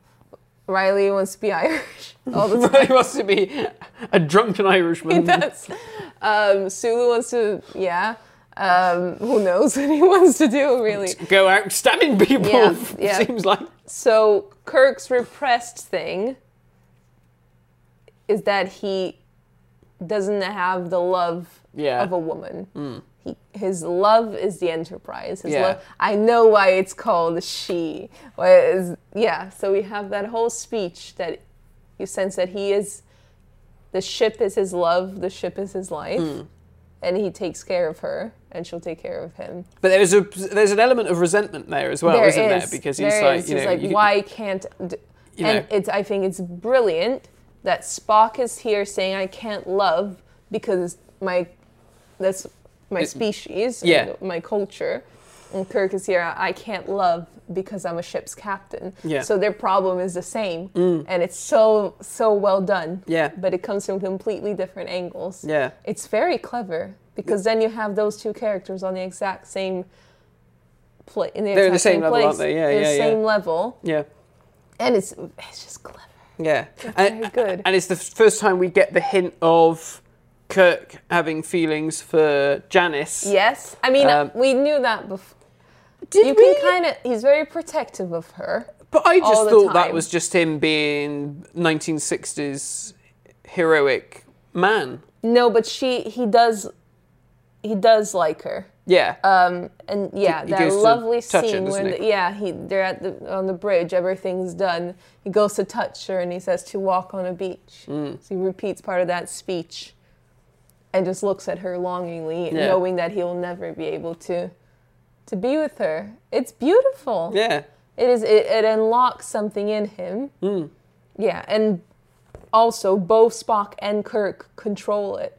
Riley wants to be (laughs) Irish all the time. He wants to be a drunken Irishman. He does. Um, Sulu wants to, yeah. Um, who knows (laughs) what he wants to do, really? Go out stabbing people. Yeah, (laughs) yeah. Seems like So Kirk's repressed thing is that he doesn't have the love Yeah. Hmm. of a woman. He, his love is the Enterprise. His Yeah. love, I know why it's called she. Why it is- yeah. So we have that whole speech that you sense that he is the ship is his love. The ship is his life. Hmm. And he takes care of her, and she'll take care of him. But there's a there's an element of resentment there as well, There isn't is. there? Because he's There like, is. you know, he's like, you- why can't? D-? You and know. it's. I think it's brilliant that Spock is here saying, "I can't love because my, that's my species, and yeah. my culture." And Kirk is here. I can't love because I'm a ship's captain. Yeah. Mm. So their problem is the same, and it's so so well done. Yeah. But it comes from completely different angles. Yeah. It's very clever. because then you have those two characters on the exact same place. In the They're the exact same level, place. aren't they? Yeah, They're the yeah, yeah. same level, Yeah. and it's it's just clever. Yeah. And, very good. And it's the first time we get the hint of Kirk having feelings for Janice. Yes, I mean Um, we knew that before. Did You can kind of. He's very protective of her. But I just all the thought that time. was just him being 1960s heroic man. No, but she he does he does like her. Yeah. Um, and yeah, he that goes to lovely touch her, scene doesn't when the, he? yeah he they're at the on the bridge, everything's done. He goes to touch her and he says to walk on a beach. Hmm. So he repeats part of that speech, and just looks at her longingly, Yeah. knowing that he will never be able to to be with her. It's beautiful. (laughs) yeah. It is. It, it unlocks something in him. Hmm. Yeah, and also both Spock and Kirk control it.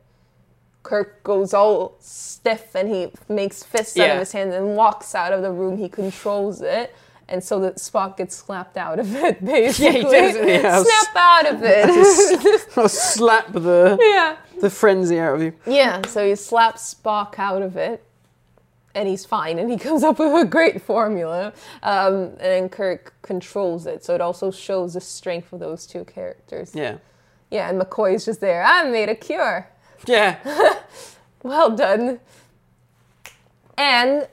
Kirk goes all stiff and he makes fists out Yeah. of his hands and walks out of the room. He controls it. And so that Spock gets slapped out of it, (laughs) basically. does, (laughs) yeah. Snap out of (laughs) it. I'll slap the, (laughs) yeah. the frenzy out of you. Yeah, so he slaps Spock out of it, and he's fine, and he (laughs) comes up with a great formula. Um, and then Kirk controls it, so it also shows the strength of those two characters. Yeah. Yeah, and McCoy is just there. I made a cure. Yeah. Well done. And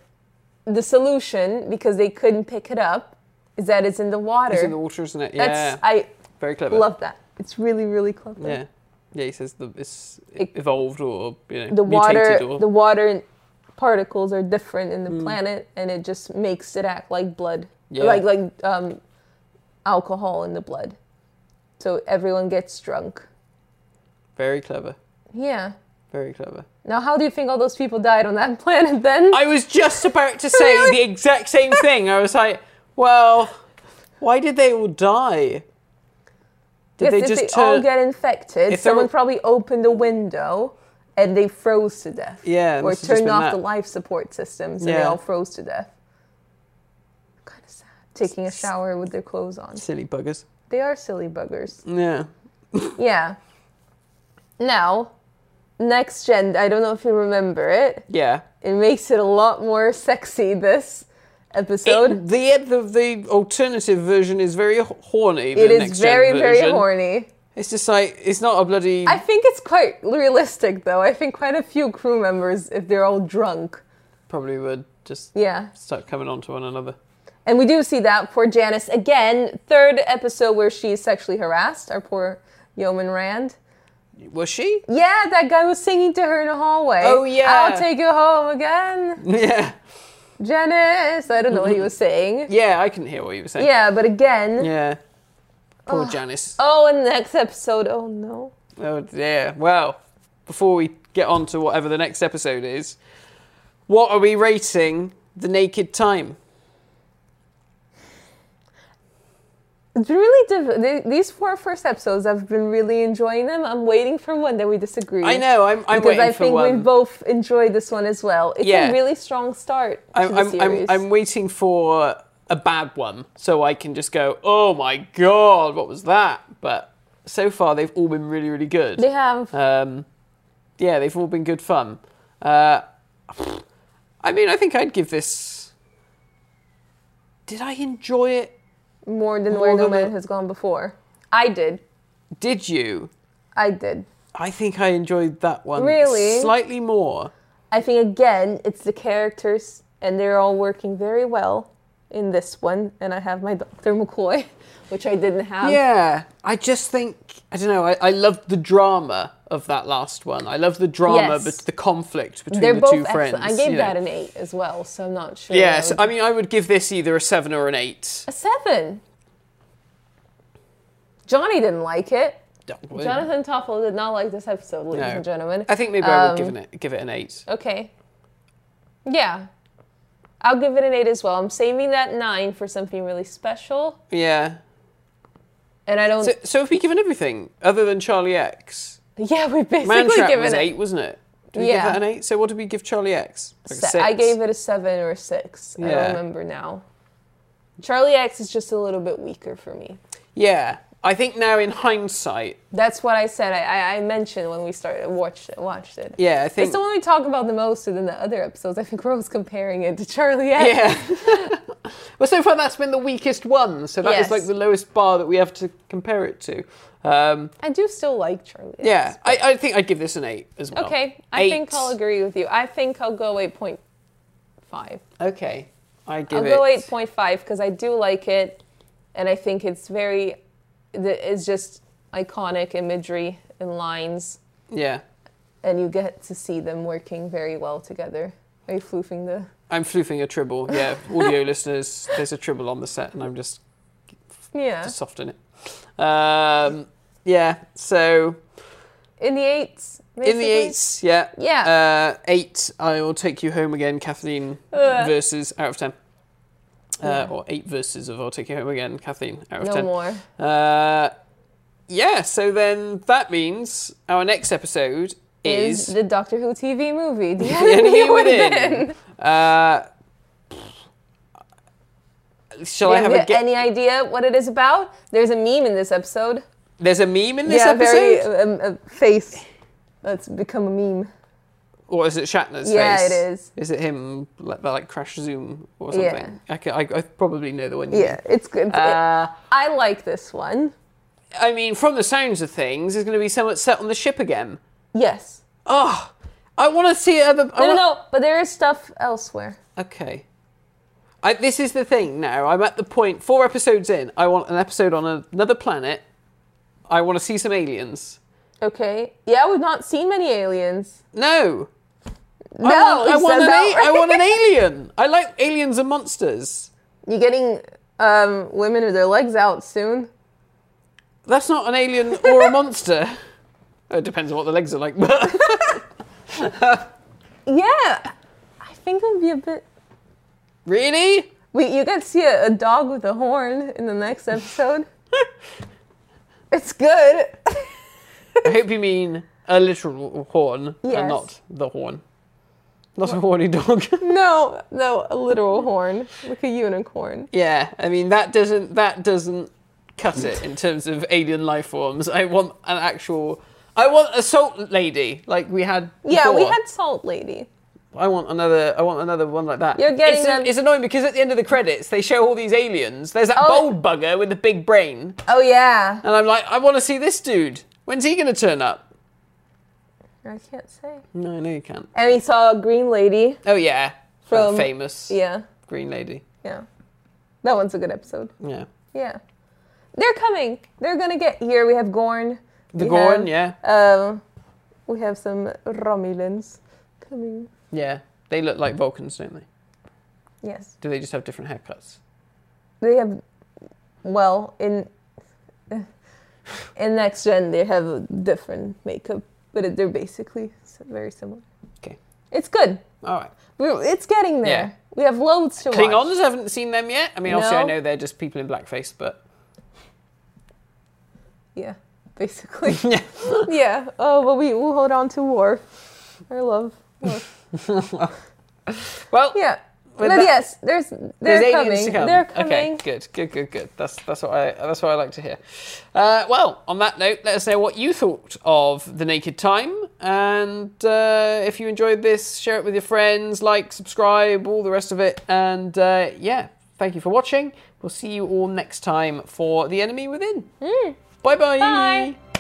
the solution, because they couldn't pick it up, is that it's in the water. It's in the water, isn't it? That's Yeah. I Very clever. love that. It's really, really clever. Yeah. Yeah, he says the, it's It- evolved or, you know, the water mutated or... the water particles are different in the planet and it just makes it act like blood Yeah. like like um, alcohol in the blood so everyone gets drunk Very clever. yeah Very clever. now how do you think all those people died on that (laughs) planet then I was just about to say Really? the exact same thing. I was like, well, why did they all die? Did Yes, they if just they all turn? get infected if they someone were- probably opened a window and they froze to death Yeah, it or must have just turned been off that. the life support systems and they Yeah. all froze to death kind of sad taking a shower with their clothes on Silly buggers. They are silly buggers. Yeah. Yeah. Now, next gen, I don't know if you remember it. Yeah. It makes it a lot more sexy this episode. It- the, the the alternative version is very h- horny. the it is next gen very, very version. horny. It's just like it's not a bloody. I think it's quite realistic though. I think quite a few crew members, if they're all drunk. probably would just Yeah. start coming on to one another. And we do see that poor Janice again, third episode where she is sexually harassed, our poor Yeoman Rand. Was she? (laughs) Yeah, that guy was singing to her in the hallway. Oh, yeah. I'll take you home again. Yeah. Janice, I don't know what he was saying. Yeah, I couldn't hear what you were saying. Yeah, but again. Yeah. Poor Janice. Oh, and the next episode. Oh no. Oh dear. Well, before we get on to whatever the next episode is, what are we rating the naked time? It's really div- th- these four first episodes. I've been really enjoying them. I'm waiting for one that we disagree. I know. I'm, I'm because waiting I for think one. we both enjoyed this one as well. It's Yeah. a really strong start to I'm, I'm, the I'm, series. I'm waiting for a bad one so I can just go, oh my god, what was that? But so far they've all been really, really good. they have Um, yeah, they've all been good fun. Uh, I mean, I think I'd give this. Did I enjoy it? more than where no than man the- has gone before. I did. Did you? I did. I think I enjoyed that one Really? slightly more. I think again, it's the characters, and they're all working very well in this one. And I have my Doctor McCoy, (laughs) which I didn't have. Yeah, I just think I don't know. I, I loved the drama of that last one. I loved the drama, Yes. but the conflict between they're the both two friends. excellent. I gave you know. that an eight as well, so I'm not sure. Yeah, that so, would- I mean, I would give this either a seven or an eight. a seven. Johnny didn't like it. Jonathan Toffel did not like this episode, ladies No. and gentlemen. I think maybe I would Um, give an give it an eight. Okay. Yeah. I'll give it an eight as well. I'm saving that nine for something really special, Yeah. and I don't. So, so have we given everything other than Charlie X? yeah, we basically Mantrap given was it. eight, wasn't it? Did we give Yeah. that an eight? So what did we give Charlie X? Like a Se- I six? gave it a seven or a six. I Yeah. don't remember now. Charlie X is just a little bit weaker for me. Yeah. I think now in hindsight, That's what I said. I, I, I mentioned when we started watched it, watched it. yeah, I think It's the one we talk about the most in the other episodes. I think Rose comparing it to Charlie X. Yeah. (laughs) well, so far that's been the weakest one, so that is Yes. like the lowest bar that we have to compare it to. Um, I do still like Charlie X. yeah, I, I think I'd give this an eight as well. Okay, I Eight. think I'll agree with you. I think I'll go 8.5. I'll Okay, I give it. go 8.5 because I do like it, and I think it's very, the- it's just iconic imagery and lines, Yeah, and you get to see them working very well together. Are you floofing the? I'm floofing a tribble. (laughs) Yeah, audio listeners, there's a tribble on the set, and I'm just Yeah. to soften it. Um, yeah, so In the eights. in the basically. eights, yeah, Yeah. uh, eight. I will take you home again, Kathleen. Ugh. Versus out of ten, uh, or eight verses of I'll take you home again, Kathleen. Out of No ten. more. Uh, yeah. So then that means our next episode Is is, (laughs) the Doctor Who (laughs) TV movie (laughs) The The Enemy, Enemy Within? Within. Uh, shall Do I you have have a get? any idea what it is about? There's a meme in this episode. There's a meme in this yeah, episode, very um, a face that's become a meme. or is it Shatner's Yeah, face? it is. Is it him like, that, like crash zoom or Yeah. something? I, ca- I, I probably know the one. You mean. Yeah, it's good. It's- Uh, I like this one. I mean, from the sounds of things, there's going to be someone set on the ship again. Yes. Oh, I want to see it. Other, I No, no, wanna- no. But there is stuff elsewhere. Okay. I, this is the thing now. I'm at the point, four episodes in, I want an episode on a- another planet. I want to see some aliens. Okay. Yeah, we've not seen many aliens. No. No, I want, I it want says an, that a- I right. want an alien. I like aliens and monsters. (laughs) You're getting um, women with their legs out soon. That's not an alien or a monster. (laughs) Oh, It depends on what the legs are like. But (laughs) Yeah, I think it'd be a bit. really? Wait, you can see a, a dog with a horn in the next (laughs) episode. it's good. I hope you mean a literal horn Yes. and not the horn. Not a horny dog. (laughs) no, no, a literal horn, like a unicorn. Yeah, I mean that doesn't that doesn't cut it (laughs) in terms of alien life forms. I want an actual. I want a salt lady like we had. Yeah, we before. had Salt Lady. I want another. I want another one like that. You're getting it's, them- It's annoying because at the end of the credits they show all these aliens. There's that Oh. bold bugger with the big brain, Oh yeah, and I'm like, I want to see this dude. When's he gonna turn up? I can't say. No, no, you can't. And we saw a Green Lady. Oh yeah, From- That famous Yeah, green lady. yeah, that one's a good episode. Yeah, Yeah, they're coming. They're gonna get here. We have Gorn. the We Gorn. have- Yeah, Um, we have some Romulans coming. yeah. They look like Vulcans, don't they? Yes, Do they just have different haircuts? they have. Well, in in next gen, they have a different makeup, but it- they're basically s- very similar. Okay. It's good. All right. We're, it's getting there. Yeah. We have loads to watch. Klingons, I haven't seen them yet. I mean, obviously, I No. know they're just people in blackface, but (laughs) Yeah, basically. (laughs) yeah, (laughs) yeah. Oh, but we will hold on to war. Our love. well, Yeah. With but that- yes, there's they're there's coming. aliens to come. They're coming. Okay, good, good, good, good. That's that's what I that's what I like to hear. Uh, well, on that note, let us know what you thought of the Naked Time, and uh, if you enjoyed this, share it with your friends, like, subscribe, all the rest of it, and uh, yeah, thank you for watching. We'll see you all next time for The Enemy Within. Bye-bye. Hmm. Bye.